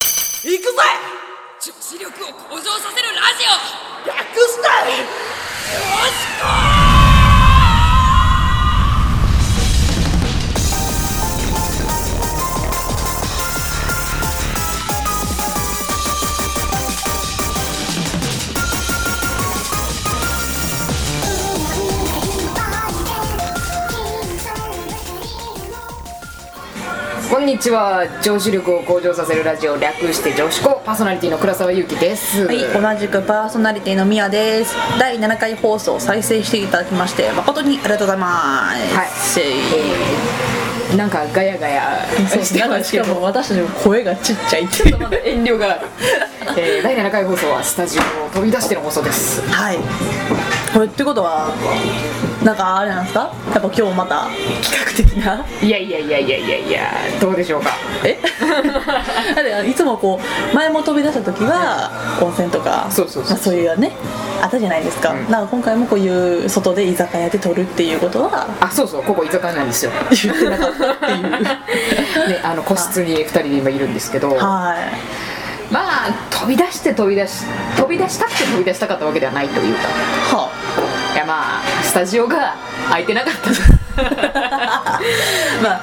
行くぜ女子力を向上させるラジオ略してよしこんにちは女子力を向上させるラジオ略して女子校パーソナリティの倉沢ゆうきです、はい、同じくパーソナリティのミヤです。第7回放送を再生していただきまして誠にありがとうございます。はい。えーなんかガヤガヤしてますけど私たちも声がちっちゃいっていう。まだ遠慮がある、えー第7回放送はスタジオを飛び出しての放送ですはい。これってことはなんかあれなんですか？やっぱ今日また企画的な。いやいやいやいやいやいやどうでしょうかえ？ だっていつもこう前も飛び出した時は温泉とかそうそうそうまあそういうねあったじゃないですか。んなんか今回もこういう外で居酒屋で撮るっていうことはあそうそうここ居酒屋なん ですよ言ってなかったっていう。であの個室に2人で今いるんですけどはい。まあ飛び出して飛び出し飛び出したくて飛び出したかったわけではないというかはいやまあスタジオが空いてなかった まあ、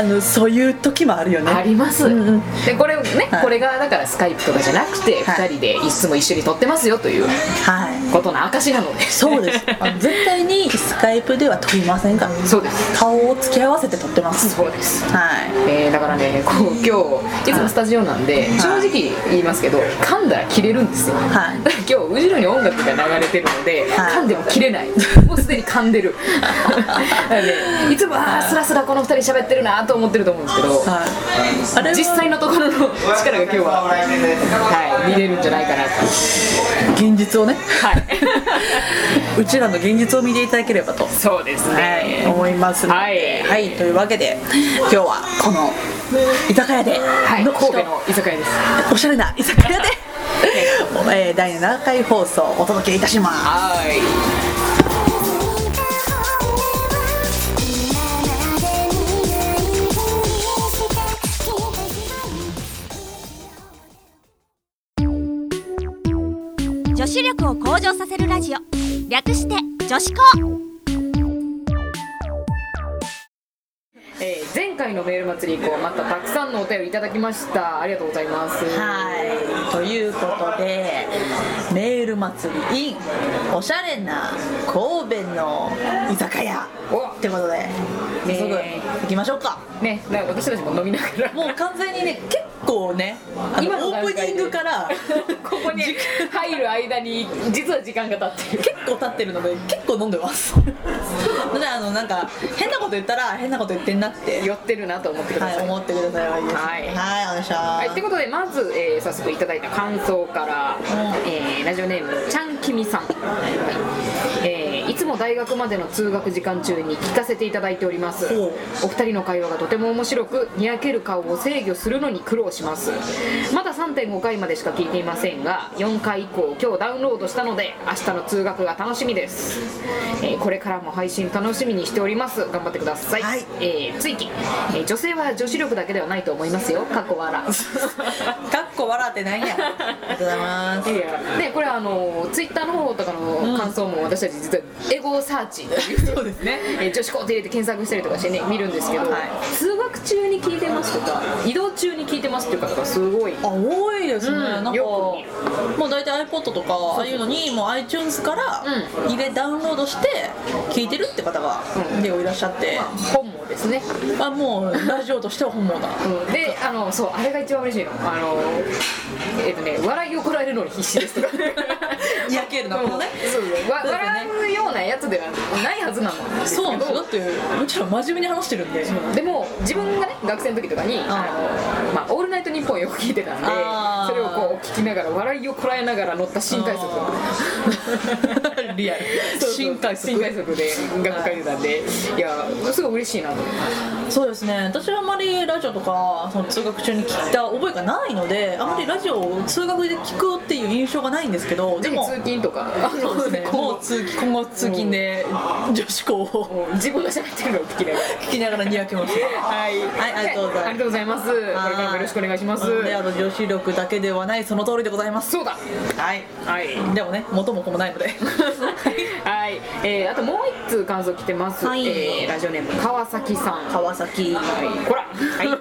あのそういう時もあるよねあります、うんうんでこれね、はいこれがだからスカイプとかじゃなくて、はい2人でいつも一緒に撮ってますよというはいことの証なのでそうですあの絶対にスカイプでは撮りませんからそうです顔を付き合わせて撮ってます そうですはいえーだからねこう今日いつもスタジオなんで、正直言いますけど噛んだら切れるんですよ、はいだから 今日後ろに音楽が流れてるので、はい噛んでも切れ ないもうすでに噛んでるだからねいつもあースラスラこの2人喋ってるなと思ってると思うんですけど、はいあれは実際のところの力が今日は、はい、見れるんじゃないかなと現実をねはい うちらの現実を見ていただければと、そうですはい、思いますので、ははいいというわけで今日はこの居酒屋で、はい、の神戸の居酒屋です。おしゃれな居 酒屋で、えー第7回放送をお届けいたしますはい。女子力を向上させるラジオ略して女子校えー前回のメール祭り以降、またたくさんのお便りいただきました。ありがとうございます。はい、ということでメール祭り in おしゃれな神戸の居酒屋おってことで早速ね行きましょうかね、なんか私たちも飲みなが ら。もう完全にね結構ねあ今ののオー段プ階でニングから ここに時入る間に、実は時間が経ってる。結構経ってるので結構飲んでます のであのなんか変なこと言ったら変なこと言ってんなって寄ってるなと思ってくだはいさい。思ってくださいはいはいお願いしまはい、すということでまず、えー早速いただいた感想から、んえーラジオネームちゃんきみさん、はいえーいつも大学までの通学時間中に聞かせていただいておりますほうお二人の会話がとても面白くにやける顔を制御するのに苦労しますまだ3.5回までしか聞いていませんが4回以降今日ダウンロードしたので明日の通学が楽しみです、えーこれからも配信楽しみにしております頑張ってください、はいえー追記、えー女性は女子力だけではないと思いますよ過去笑かっこ笑ってないやありがとうございますいやいやねこれはあのツイッターの方とかの感想も私たち実はエゴサーチというそうですねえー女子校って入れて検索したりとかしてね見るんですけど、は通学中に聞いてますとか移動中に聞いてますっていう方がすごいあ多いですね、うんなんかよもう大体 iPod とかああいうのにもう iTunes からう入れダウンロードして聞いてるって方がうん結構いらっしゃって、本もですね、あもうラジオとしては本望だうん、であのそうあれが一番嬉しいのあのえっ、とね笑いをこらえるのに必死 ですとかにやけるなこのねうんそうそうわ笑うようなやつではないはずなのですけそどうなんですよだってうちら真面目に話してるんででも自分がね学生の時とかに「ああのまあ、オールナイトニッポン」をよく聞いてたんであーそれをこうを聞きながら笑いをこらえながら乗った新快速 リアルそうそう新快速新快速で学会出たんでいやすごい嬉しいなと思ってそうですね私はあまりラジオとかその通学中に聞いた覚えがないのであまりラジオを通学で聞くっていう印象がないんですけどででもも通勤とかそうですねもう通勤今後通勤で女子校をもう自分が喋ってるのを聞きながら聞きながらにやけましはい、はい ありがとうございますありがとうございます。これからもよろしくお願いしまたす。であの女子力だけではないその通りでございますそうだ。はいはい。でもね元も子もないのではい、えー、あともう一通感想来てます。はいえーラジオネーム川崎さん。川崎はい、こら、はい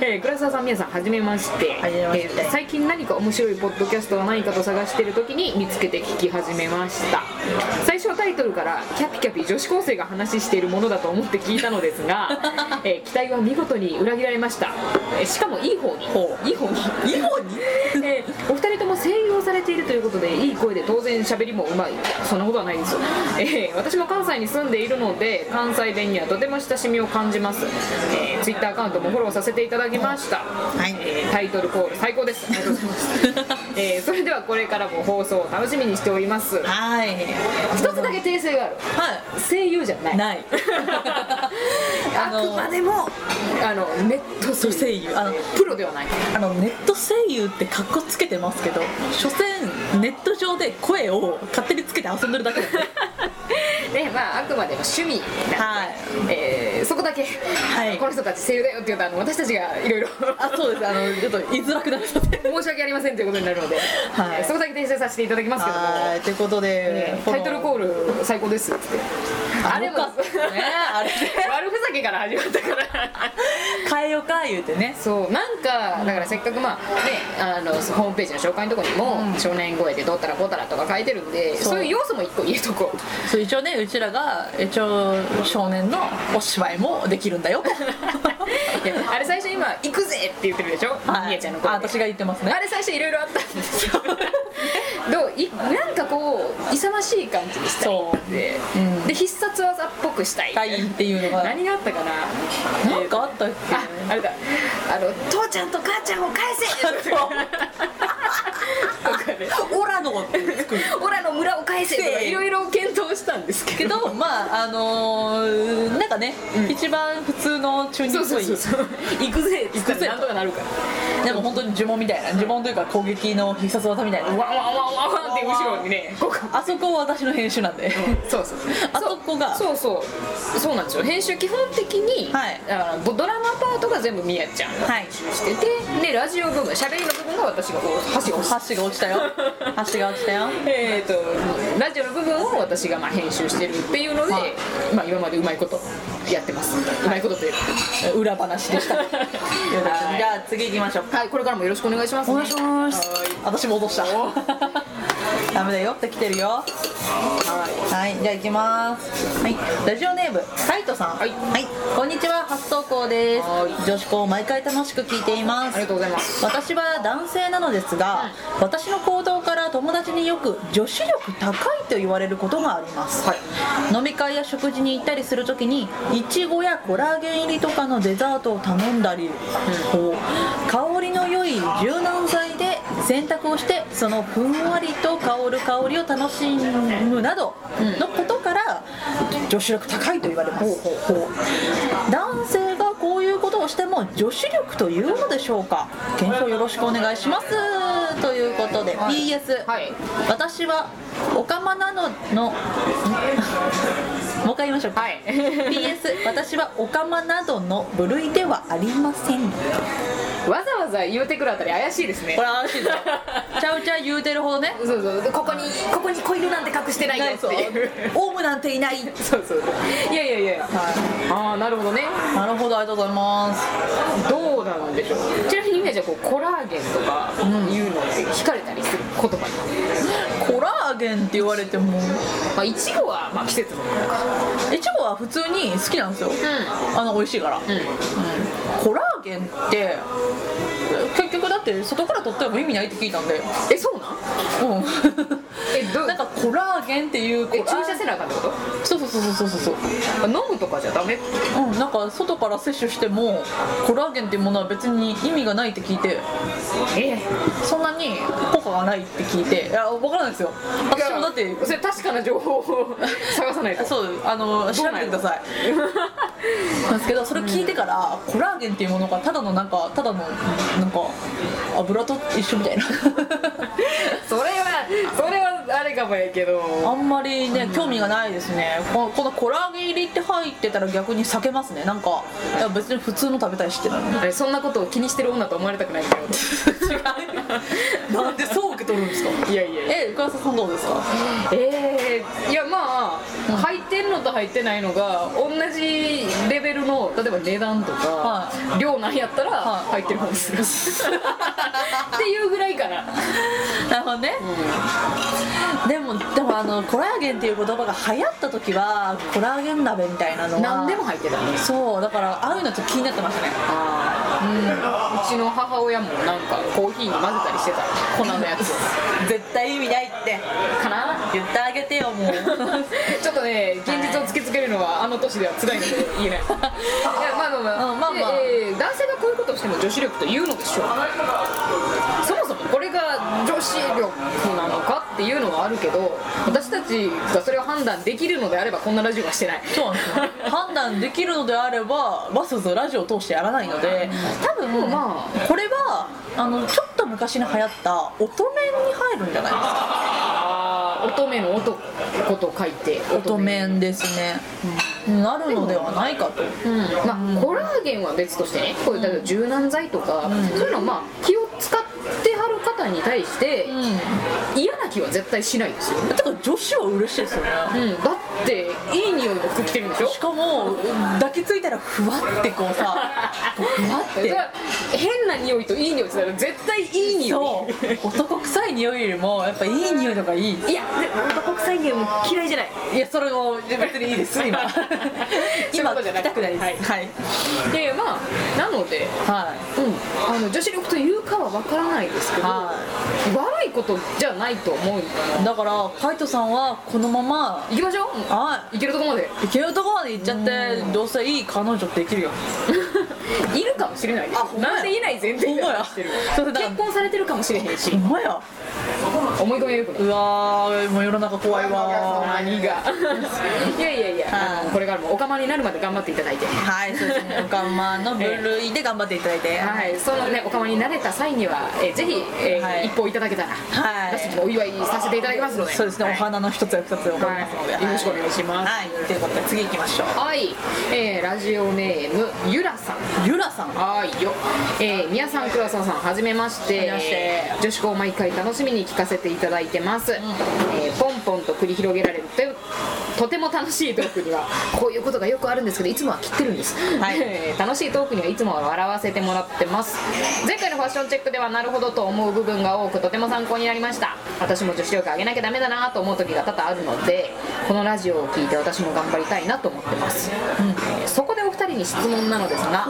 え ー、倉沢さん皆さんはじめましてはじめましてえー最近何か面白いポッドキャストは何かと探している時に見つけて聞き始めました最初はタイトルからキャピキャピ女子高生が話しているものだと思って聞いたのです が、えー期待は見事に裏切られました、えーしかもいい方にほいい方にいい方に えーお二人とも声優をされているということでいい声で当然喋りもうまいそんなことはないですよ、えー私も関西に住んでいるので関西弁にはとても親しみを感じます、えー、ツイッターアカウントもフォローさせていただきました、いえータイトルコール最高ですありがとうございます、 えーそれではこれからも放送を楽しみにしておりますはい一つだけ訂正があるは声優じゃない いないあくまでもあのネット女声優あのプロではないあのネット声優ってカッコつけてますけど所詮ネット上で声を勝手につけて遊んでるだけ なんでねまあ、あくまでも趣味なはいので、えーそこだけ、いこの人たち声優だよっていうとあの私たちがいろ いろあそうですあのちょっと言いづらくなっちゃって申し訳ありませんということになるので、はいえーそこだけ訂正させていただきますけども、はいということで、ねタイトルコール最高ですっつってああれれもかねあれね 悪ふざけから始まった から変えようか言うてねそうなんかだからせっかくまあねあのホームページの紹介のとこにも、少年声でどうたらこうたらとか書いてるんでそそうういう要素も一個入れとこうそう一応ねうちらが一応少年のお芝居もできるんだよ いやあれ最初今「行くぜ!」って言ってるでしょ、はいみえちゃんのあ声で私が言ってますねあれ最初いろいろあったんですよ どういなんかこう勇ましい感じにしたいそで,、うんで必殺技っぽくしたいがいいっていうのが何があったかななんかあったっああれだあの「父ちゃんと母ちゃんを返 せ!」とかねけオラのってつく「オラの村を返せ!」とかいろいろ検討したんですけけどどまああのーなんかね、一番普通の中二っそぽういそうそうそう行くぜ行くぜなんとかなるからでも本当に呪文みたいな呪文というか攻撃の必殺技みたいなワンワンワンワンワンって後ろにねこうかあそこは私の編集なんで、そうそうあそこがそうそうそうなんですよ編集基本的に、はいあのドラマパートが全部みやちゃんがはいしててでラジオ部分喋りの部分が私がこう箸を押して 箸が落 ちたよ箸が落ちたよえー、とラジオの部分を私がまあ編集してるっていうので、はいまあ、今までうまいことやってます、うまいことというか裏話 でした、じゃあ次行きましょうはいこれからもよろしくお願いします、ね、お願いしますは私も落とした ダメだよって来てるよはい、じゃあ行きます。はい、ラジオネーム、カイトさん。はいこんにちは、初投稿ですはい。女子校毎回楽しく聞いていまいありがすと。うございます私は男性なのですが、私の行動から友達によく女子力高いと言われることがあります、飲み会や食事に行ったりする時にいちごやコラーゲン入りとかのデザートを頼んだり、こう香りの良い柔軟剤で洗濯をしてそのふんわりと香る香りを楽しむなどのことから女子力高いと言われます、こう男性がこういうことをしても女子力というのでしょうか検証よろしくお願いしますということで PS、はい私はオカマなののん もう一回言いましょうか、はい PS 私はオカマなどの部類ではありませんこわざわざ言うてくるあたり怪しいですねれ怪しいぞ ちゃうちゃう言うてるほどね そうそうでここにここに子犬なんて隠してないよっていうオウムなんていないそうそうそういやいやいやいやはああなるほどねいなるほどありがとうございますどうなんでしょうちなみにねじゃあこうコラーゲンとかいうのって惹かれたりする言葉に、コラーゲンって言われてもまあ、いちごはまあ季節のものかいちごは普通に好きなんですよ、あの美味しいから、コラーゲンって結局だって外から取っても意味ないって聞いたんでえそうなんうんえど なんかコラーゲンっていうコえラ注射せなあかんってこそうそうそうそうそうそうと飲むとかじゃダメうん、なんか外から摂取してもコラーゲンっていうものは別に意味がないって聞いてええそんなに効果がないって聞いていや分からないですよ私もだってそれ確かな情報を探さないとそうあの調べてくださいなんですけどそれ聞いてからコラーゲンっていうものがただのなんかただのなんか油と一緒みたいなそれはそれはあれかもやけどあんまりね興味がないですねここのコラーゲン入りって入ってたら逆に避けますねなんかいや別に普通の食べたいしってなるえそんなことを気にしてる女と思われたくないってこ違うなんでそう受け取るんですかといやいやいやえ倉田さんどうですかえー、いやまあ入ってんのと入ってないのが同じレベルの例えば値段とか、は量なんやったらは入ってる方にする っていうぐらいかな、なるほどね、でもでもあのコラーゲンっていう言葉が流行った時はコラーゲン鍋みたいなのは何でも入ってたねそうだからああいうのちょっと気になってましたねうちの母親もなんかコーヒーに混ぜたりしてた粉のやつを絶対意味ないってかな言ってあげて よもうちょっとね現実を突きつけるのはあの年では辛いので言 えないいやまあまあまあ,、うんまあまあでえー男性がこういうことをしても女子力というのでしょうかそもそもこれが女子力なのかっていうのはあるけど私たちがそれを判断できるのであればこんなラジオはしてないそうなんですよ判断できるのであればわざわざラジオを通してやらないので多分、まこれはあのちょっと昔に流行った乙女に入るんじゃないですか あー乙女の男と書いて乙女ですね、なるのではないかとまあ、コラーゲンは別としてねこういう例えば柔軟剤とか、そういうのはまあ気を使ってはる方に対して、嫌な気は絶対しないですよ、てか女子は嬉しいですよね、うん、だっていい匂いの服着てるんでしょしかも抱きついたらふわってこ うさこうふわっそれては変な匂いといい匂いって言ったら絶対いい匂そう男臭い匂いよりもやっぱいい匂いの方がいいいいやで男臭い匂いも嫌いじゃないいやそれも別にいいで す今今聞きたくないですははいいはい、でまあなので、うん、あの女子力というかは分からないですけど、は悪いことじゃないと思うだからカイトさんはこのまま行きましょうはいけるとこまで いけるとこまで行っちゃってどうせいい彼女できるよいるかもしれないですあほんまやなんでいない前提で話してるほんまや結婚されてるかもしれへんしほんまや思い込みはよくないうわーもう世の中怖いわー何が いやいやいやはいこれからもおかまになるまで頑張っていただいてはいそうですねおかんまの部類で頑張っていただいて、はいそのねおかまになれた際にはえーぜひえーはい一報いただけたらはい私たちもお祝いさせていただきますのでそうですね、はいお花の一つや二つをは買いますので、いよろしくお願いしますはい、ということで次行きましょうはいえーラジオネームゆらさんゆらさんはいよ、えー、皆さん、黒沢さん、はじめましてはじめまして女子校毎回楽しみに聞かせていただいてます、えーポンポンと繰り広げられるというとても楽しいトークにはこういうことがよくあるんですけどいつもは切ってるんです、はい えー楽しいトークにはいつもは笑わせてもらってます前回のファッションチェックではなるほどと思う部分が多くとても参考になりました私も女子力上げなきゃダメだなと思う時が多々あるのでこのラジオを聞いて私も頑張りたいなと思ってます、えーそこでお二人に質問なのですが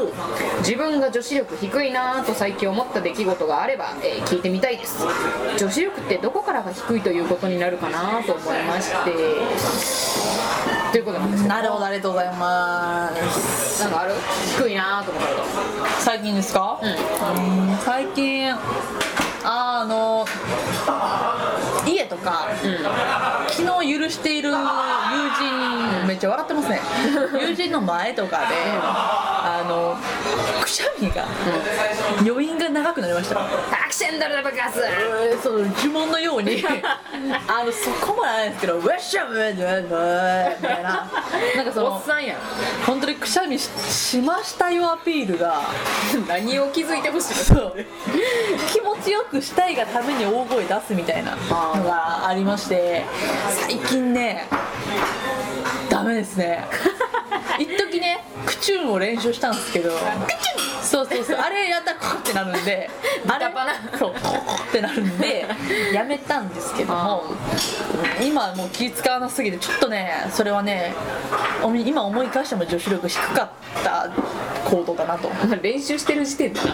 自分が女子力低いなぁと最近思った出来事があれば、えー聞いてみたいです女子力ってどこからが低いということになるかなぁと思いましてということなんですけどなるほどありがとうございますなんかある低いなぁと思ったこ最近ですかうん最近あーあの家とか、昨日許している友人めっちゃ笑ってます ね友人の前とかであのくしゃみが、余韻が長くなりましたとアクションダルダ爆発えーその呪文のよ うにあのそこまではないんですけど「ウェッシャム!」みたいななんかそおのっさんやん本当にくしゃみししましたよアピールが 何を気づいてほしいのそう気持ちよくしたいがために大声出すみたいなのがありまして最近ねダメで すね一時ねクチューンを練習したんですけどそうそうそうあれやったらコッてなるんであれ 豚バナそうコッってなるんでやめたんですけども今はもう気使わなすぎてちょっとねそれはねおみ今思い返しても女子力低かった行動だなとまあ練習してる時点だ な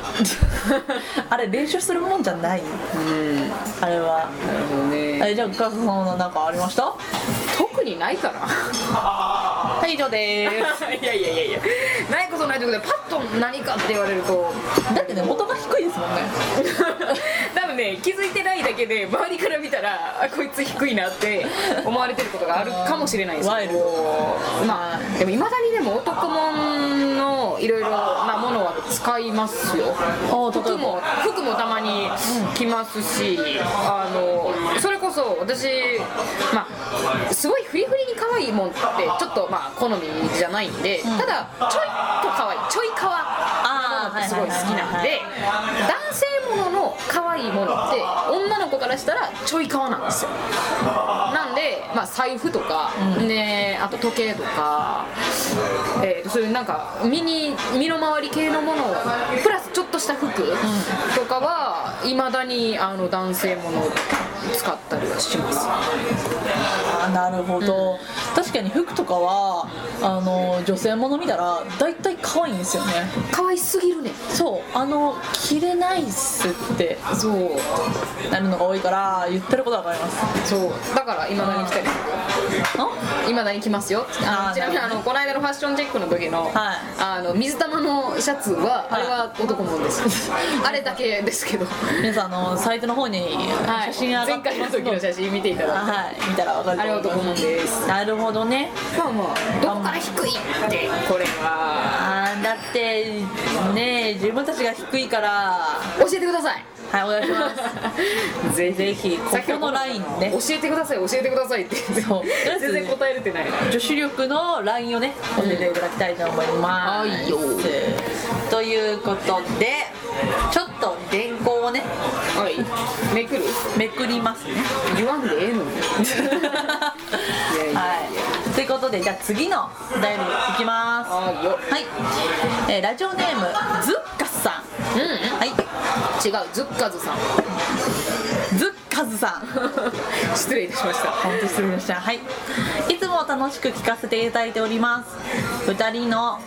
あれ練習するもんじゃないうんなあれはるほどねえじゃあ深津さんの何かありました特にないかなはい以上ですいやいやいやいやないことないということでパッと何かって言われるとだってね元が低いですもんね多分ね気づいてないだけで周りから見たらあこいつ低いなって思われてることがあるかもしれないですワイけルどドまあでもいまだにでも男物のいろいろなものは使いますよお例えば服も服もたまに着ますし、あのそれこそ私まあすごいフリフリに可愛いもんってちょっとまあ好みじゃないんで、ただちょいと可愛いちょい可愛あすごい好きなんで男性ものの可愛いものって女の子からしたらちょい可なんですよなんで、まあ、財布とか、ね、あと時計とか、えーとそういうなんか身に身の回り系のものプラスちょっとした服とかはいまだにあの男性ものを使ったりはしますあーなるほど、確かに服とかはあの女性もの見たら大体可愛いんですよね可愛すぎるねそうあの着れないっすってそうなるのが多いから言ってることは分かりますそうだからいまだに来たりあいまだに来ますよああのーちなみになあるのこの間のファッションチェックの時の,、はいあの水玉のシャツはあれは男もん です、あれだけですけど皆さんあのサイトの方にはい写真上が前って回まのす時のの写真見ていただいてはい見たら分かるあれはと男も思いまんですすなるほどねまあまあどこから低いってこれはあーだってね自分たちが低いからは教えてくださいいお願いし ます ぜひぜひここのラインね教えてください教えてくださいってそう全然答えれてないな女子力のラインをね教えていただきたいと思います。はいよということでちょっと原稿をねはいめくるめくり ますね。言わんでええのにいやいやはい、ということでじゃあ次のお便りいきます。はあよい、えーラジオネームズッカスさん。うんうん違うはい、ズッカズさんズッカズさん。失礼いたしました本当失礼しました。はい。いつも楽しく聞かせていただいております。二人の。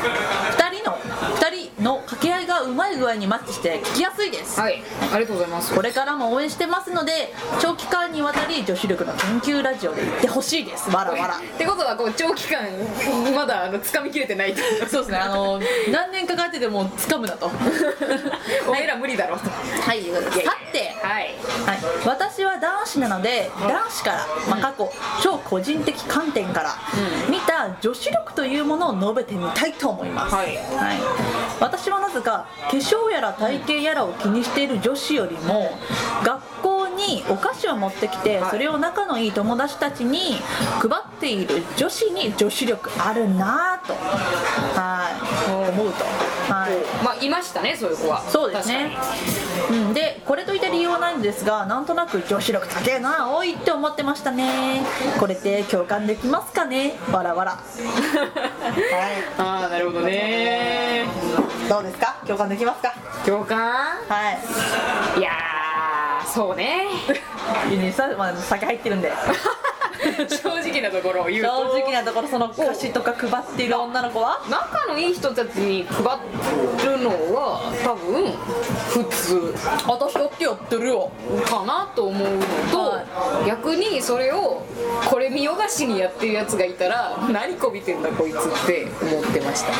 二人の、二人の掛け合いがうまい具合にマッチして聞きやすいです。はいありがとうございますこれからも応援してますので、長期間にわたり女子力の研究ラジオで言ってほしいです。わらわら。ってことはこう長期間まだあの掴みきれてないとそうですね。あの、何年かかってても掴むな と。 お前ら無理だろうとはい、さて。はいはい、私は男子なので男子から、まあ、過去超個人的観点から見た女子力というものを述べてみたいと思います、はいはい私はなぜか化粧やら体型やらを気にしている女子よりも学校にお菓子を持ってきてはいそれを仲のいい友達たちに配っている女子に女子力あるなぁと、はい、思うと、はい、まあいましたねそういう子はそうですね、うん、でこれといった理由はないんですがなんとなく女子力高えな多いって思ってましたねこれって共感できますかねわらわら確かにああなるほどねどうですか共感できますか共感はいいやーそう ね実際、まあ、酒入ってるんで正直なところを言う正と直なところその歌詞とか配っている女の子は仲のいい人たちに配るのは多分普通私だってやってるよかなと思うのと、逆にそれをこれ見よがしにやってるやつがいたら何こびてんだこいつって思ってました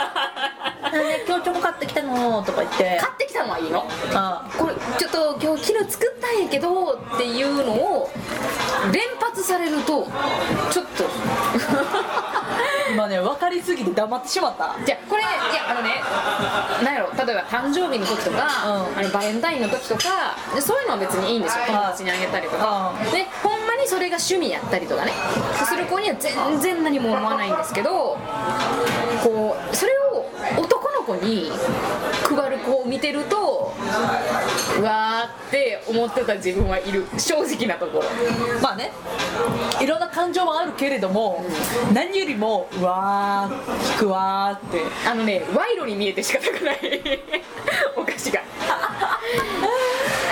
ね今日チョコ買ってきたのとか言って買ってきたのはいいのあこれちょっと今日昨日作ったんやけどっていうのを連発されるとちょっと今ね分かりすぎて黙ってしまったじゃあこれいやあのねなんやろ例えば誕生日の時とか、うんあのバレンタインの時とかでそういうのは別にいいんですよ友達にあげたりとか、うでほんまにそれが趣味やったりとかねする子には全然何も思わないんですけどこうそれを男の子に配る子を見てるとうわーって思ってた自分はいる正直なところまあねいろんな感情はあるけれども、何よりもうわー引くわーってあの ね賄賂に見えて仕方がないお菓子が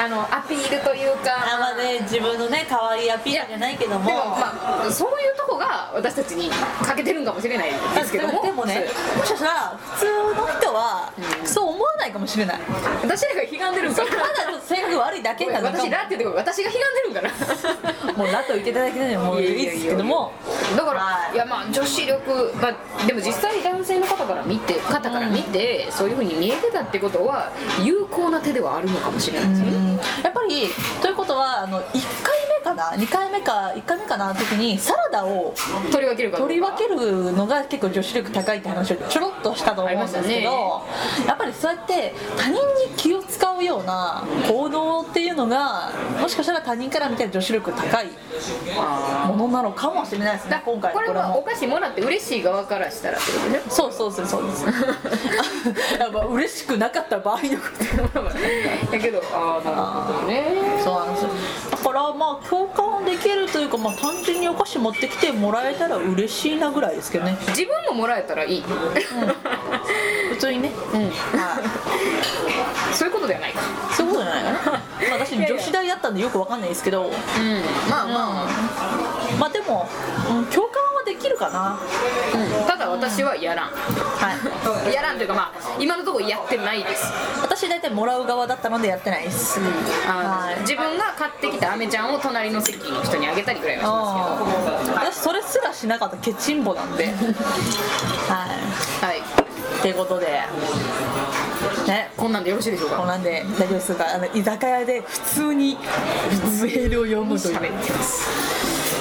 あのアピールというかあまあね自分のね可愛いアピールじゃないけどもでもまあそういうとこが私たちに欠けてるんかもしれないですけどもでもねもしかしたら普通の人はそう思わないかもしれないたそう私らが悲願でるんかだの性格悪いだけなのか私らって言うとこ私が悲願でるんか なもうラと言っていただけたのはもういいですけどもだから、はいい、やまあ女子力、まあ、でも実際男性の方から見て方から見て、そういうふうに見えてたってことは有効な手ではあるのかもしれないですね、やっぱりということはあの1回目かな2回目か1回目かなの時にサラダを取り分けるかどうか取り分けるのが結構女子力高いって話をちょろっとしたと思うんですあけりど、やっぱりそうやって他人に気を使うような行動っていうのがもしかしたら他人から見たら女子力高いあものなのかもしれないですーだね今回このれこれはおも。菓子もらって嬉しい側からしたらって ことねそうそうそ うそうですあやっぱ嬉しくなかった場合のことだけどああなるほどねそうなんですよだからまあ共感できるというか、まあ、単純にお菓子持ってきてもらえたら嬉しいなぐらいですけどね自分ももらえたらいい、普通にね、うんはいそういうことではないかそういうことじゃないのまあ 私女子大だったんでよくわかんないですけどうんまあまあ、まあでも、うん共感はできるかなうんただ私はやらんはいやらんというかまあ今のところやってないです私大体もらう側だったのでやってないですあはいの自分が買ってきたアメちゃんを隣の席の人にあげたりぐらいはしあまー私それすらしなかったケチンボなんではすけどはいいっていうことでねこんなんでよろしいでしょうこんかなんで大丈夫ですかあの居酒屋で普通にメールを読むという喋ってます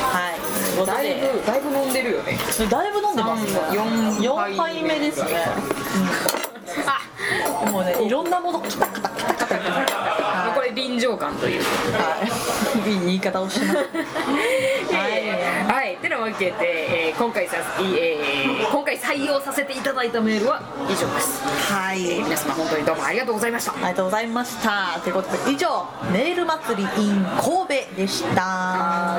はいということだいでぶだいぶ飲んでるよねだいぶ飲んでますね三四4杯目ですねあもうねいろんなものカタカタカタカタカタこれ臨場感というはい、いい言い方をします。はいはい、てなわけで、えー今回さ、えー今回採用させていただいたメールは以上です。はい、皆様本当にどうもありがとうございました。ありがとうございました。ということで、以上、メール祭り in 神戸でした。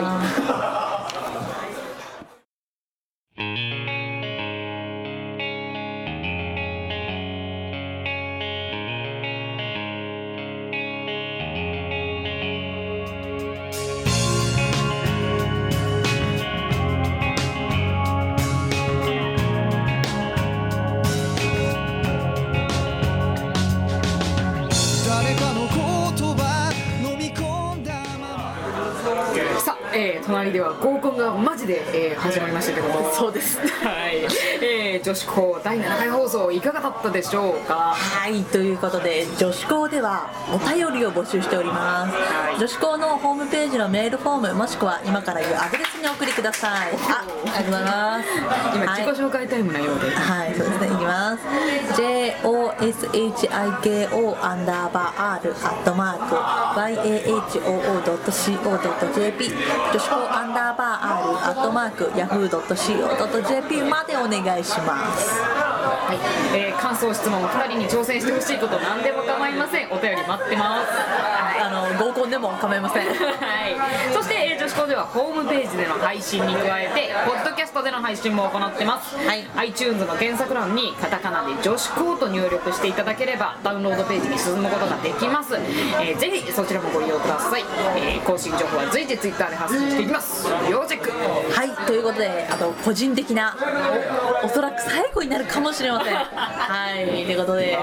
誰かの言葉飲み込んだままさあ、えー隣では合コンがマジで、えー始まりましたけども、そうです。はい、えー女子校第7回放送いかがだったでしょうか。はい、ということで、女子校ではお便りを募集しております。はい女子校のホームページのメールフォーム、もしくは今から言うアドレスにお送りください。あ、ありがとうございます。今はい自己紹介タイムなようで。はい、そうですね、いきます。J. O. S. H. I. K. O. アンダーバー R. アットマーク。Y. A. H. O. O. ドット C. O. ドット J. P. 女子校アンダーバー R. アットマーク。ヤフードット C. O. ドット J. P. までお願いします。はい、えー感想質問お二人に挑戦してほしいこと何でも構いません。お便り待ってます。はいあの合コンでも構いません。はい、そして、えー女子校ではホームページでの配信に加えてポッドキャストでの配信も行ってます、はい iTunes の検索欄にカタカナで「女子校」と入力していただければダウンロードページに進むことができます、えーぜひそちらもご利用ください、えー更新情報は随時 Twitter で発信していきます要チェックはい、ということで、あと個人的な、おおそらく最後になるかもしれません。はい、ということで、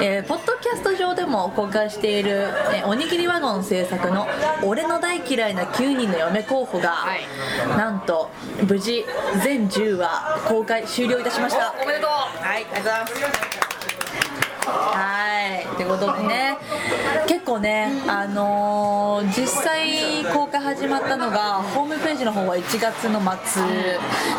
えーポッドキャスト上でも公開している、えーおにぎりワゴン制作の俺の大嫌いな9人の嫁候補が、はいなんと無事全10話公開終了いたしました。おおめでとうはい、ありがとうございます。はい、ってことでね、結構ね、あのー実際公開始まったのがホームページの方は1月の末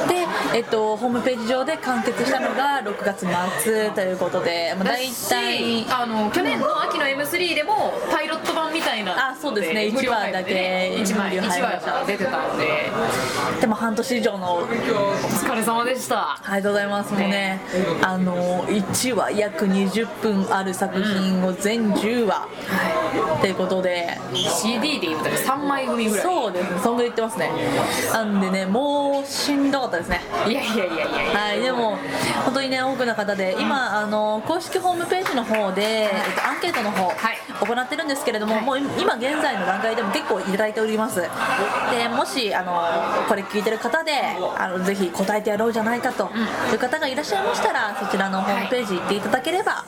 で、えっとホームページ上で完結したのが6月末ということで、まあだ大体しあの去年の秋の M3 でもパイロット版みたいなあそうですね無料一話配だけ布でね一枚無料配一布話が出てたのででも半年以上のお疲れ様でしたありがとうございます。もうねね、あの1話約20分ある作品を全10話、っていうことで CD で言うたら3枚組ぐらいそうですねそんぐらい言ってますねなんでねもうしんどかったですねいやいやいやいやいやはい、でも本当にね多くの方で今あの公式ホームページの方で、えっとアンケートの方、はい行ってるんですけれども、はいもう今現在の段階でも結構いただいておりますでもしあのこれ聞いてる方であのぜひ答えてやろうじゃないかと、いう方がいらっしゃいましたらそちらのホームページ行っていただければ、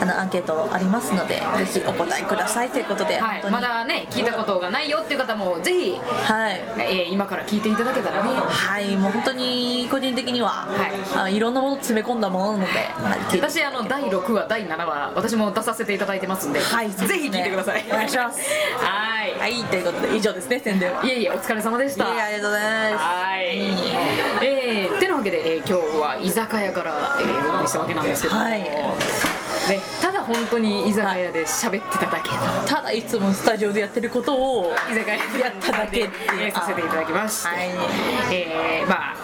あのアンケートありますのでぜひお答えくださいということで、は本当い、にまだね聞いたことがないよっていう方もぜひ、はいえー今から聞いていただけたらねはい、もう本当に個人的には、、はいあいろんなものを詰め込んだものなので、はい聞いていただければ私あの第6話第7話私も出させていただいてますんで、はいぜひ聞いてくださいお願いします はいはい、ということで以上ですね、宣伝は。いいえいえお疲れ様でしたえ、ありがとうございまはいえー、てなわけで、えー今日は居酒屋から、えーお送りしたわけなんですけども、はいね、ただ本当に居酒屋で喋ってただけの、す。ただいつもスタジオでやってることを、居酒屋でやった だけえーさせていただきましたはい、えーまあ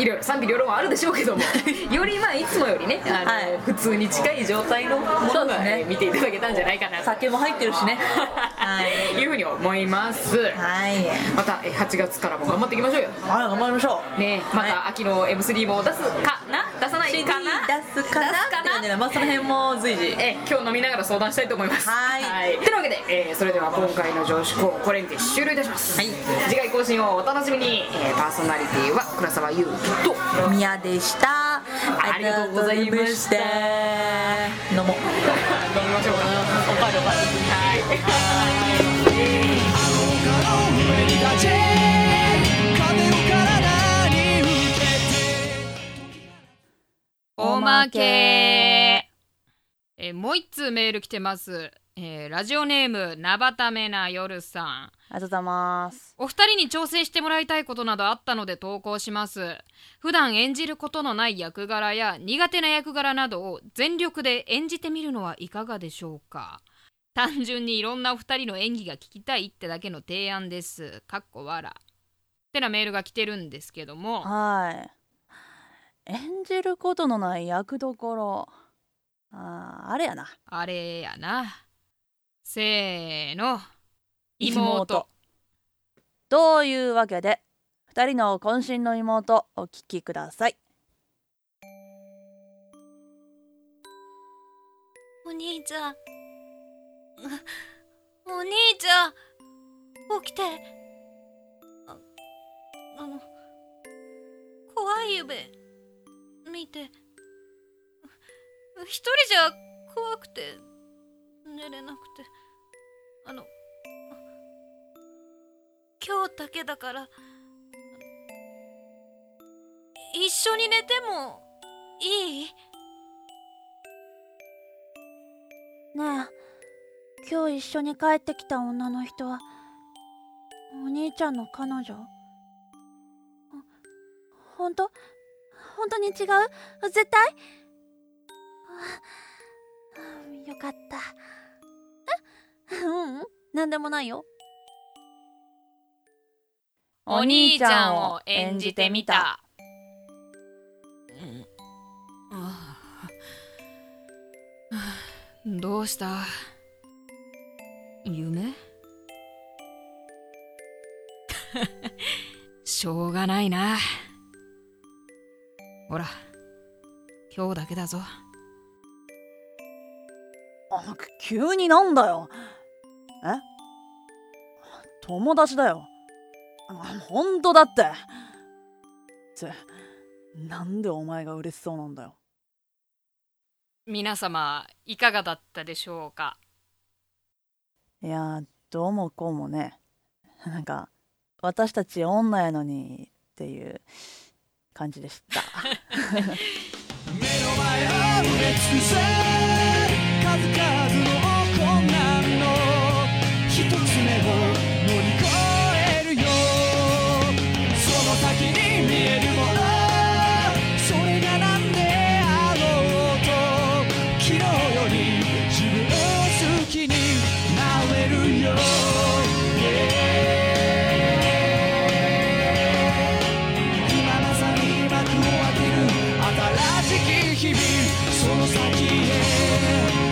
いろいろ賛否両論はあるでしょうけどもよりまあいつもよりねあの、はい普通に近い状態のものそうでが、すねえー見ていただけたんじゃないかなと、酒も入ってるしね。はい、 いうふうに思います、はい、またえー8月からも頑張っていきましょうよはい、頑張りましょう。ねまた秋の M3 も出すかな出さない CD かな出すかな出すかなって感じで、まあその辺も随時。えー今日飲みながら相談したいと思いますはいてなわけで、えーそれでは今回の上司校これにて終了いたします、はい次回更新をお楽しみに、えーパーソナリティは倉沢優とミヤでした。ありがとうございましたりがとうございました。どうも。飲みましょうかなおかわりおかわり。風を体に受けておまけえーもう一通メール来てます、えーラジオネームなばためな夜さんありがとうございます。お二人に挑戦してもらいたいことなどあったので投稿します普段演じることのない役柄や苦手な役柄などを全力で演じてみるのはいかがでしょうか単純にいろんなお二人の演技が聞きたいってだけの提案ですかっこわらてなメールが来てるんですけどもはい。演じることのない役どころ。あーあれやな。あれやなせーの妹というわけで、二人の渾身の妹、お聞きください。お兄ちゃん。お兄ちゃん。起きて。あ、あの、怖い夢、見て。一人じゃ怖くて、寝れなくて。あの、今日だけだから、一緒に寝てもいいねえ今日一緒に帰ってきた女の人はお兄ちゃんの彼女あ本当本当に違う絶対あよかったえううん何でもないよお兄ちゃんを演じてみた。どうした夢 しょうがないな。ほら、今日だけだぞ。あく急になんだよえ友達だよあ本当だってってなんでお前が嬉しそうなんだよ皆様、いかがだったでしょうかいやどうもこうもねなんか私たち女やのにっていう感じでした目の前あふれ尽くせ数々の困難の一つ目を乗り越えるよその先に見えるものそれが何であろうと昨日より自分を好きになれるよ Yeah 今まさに幕を開ける新しき日々その先へね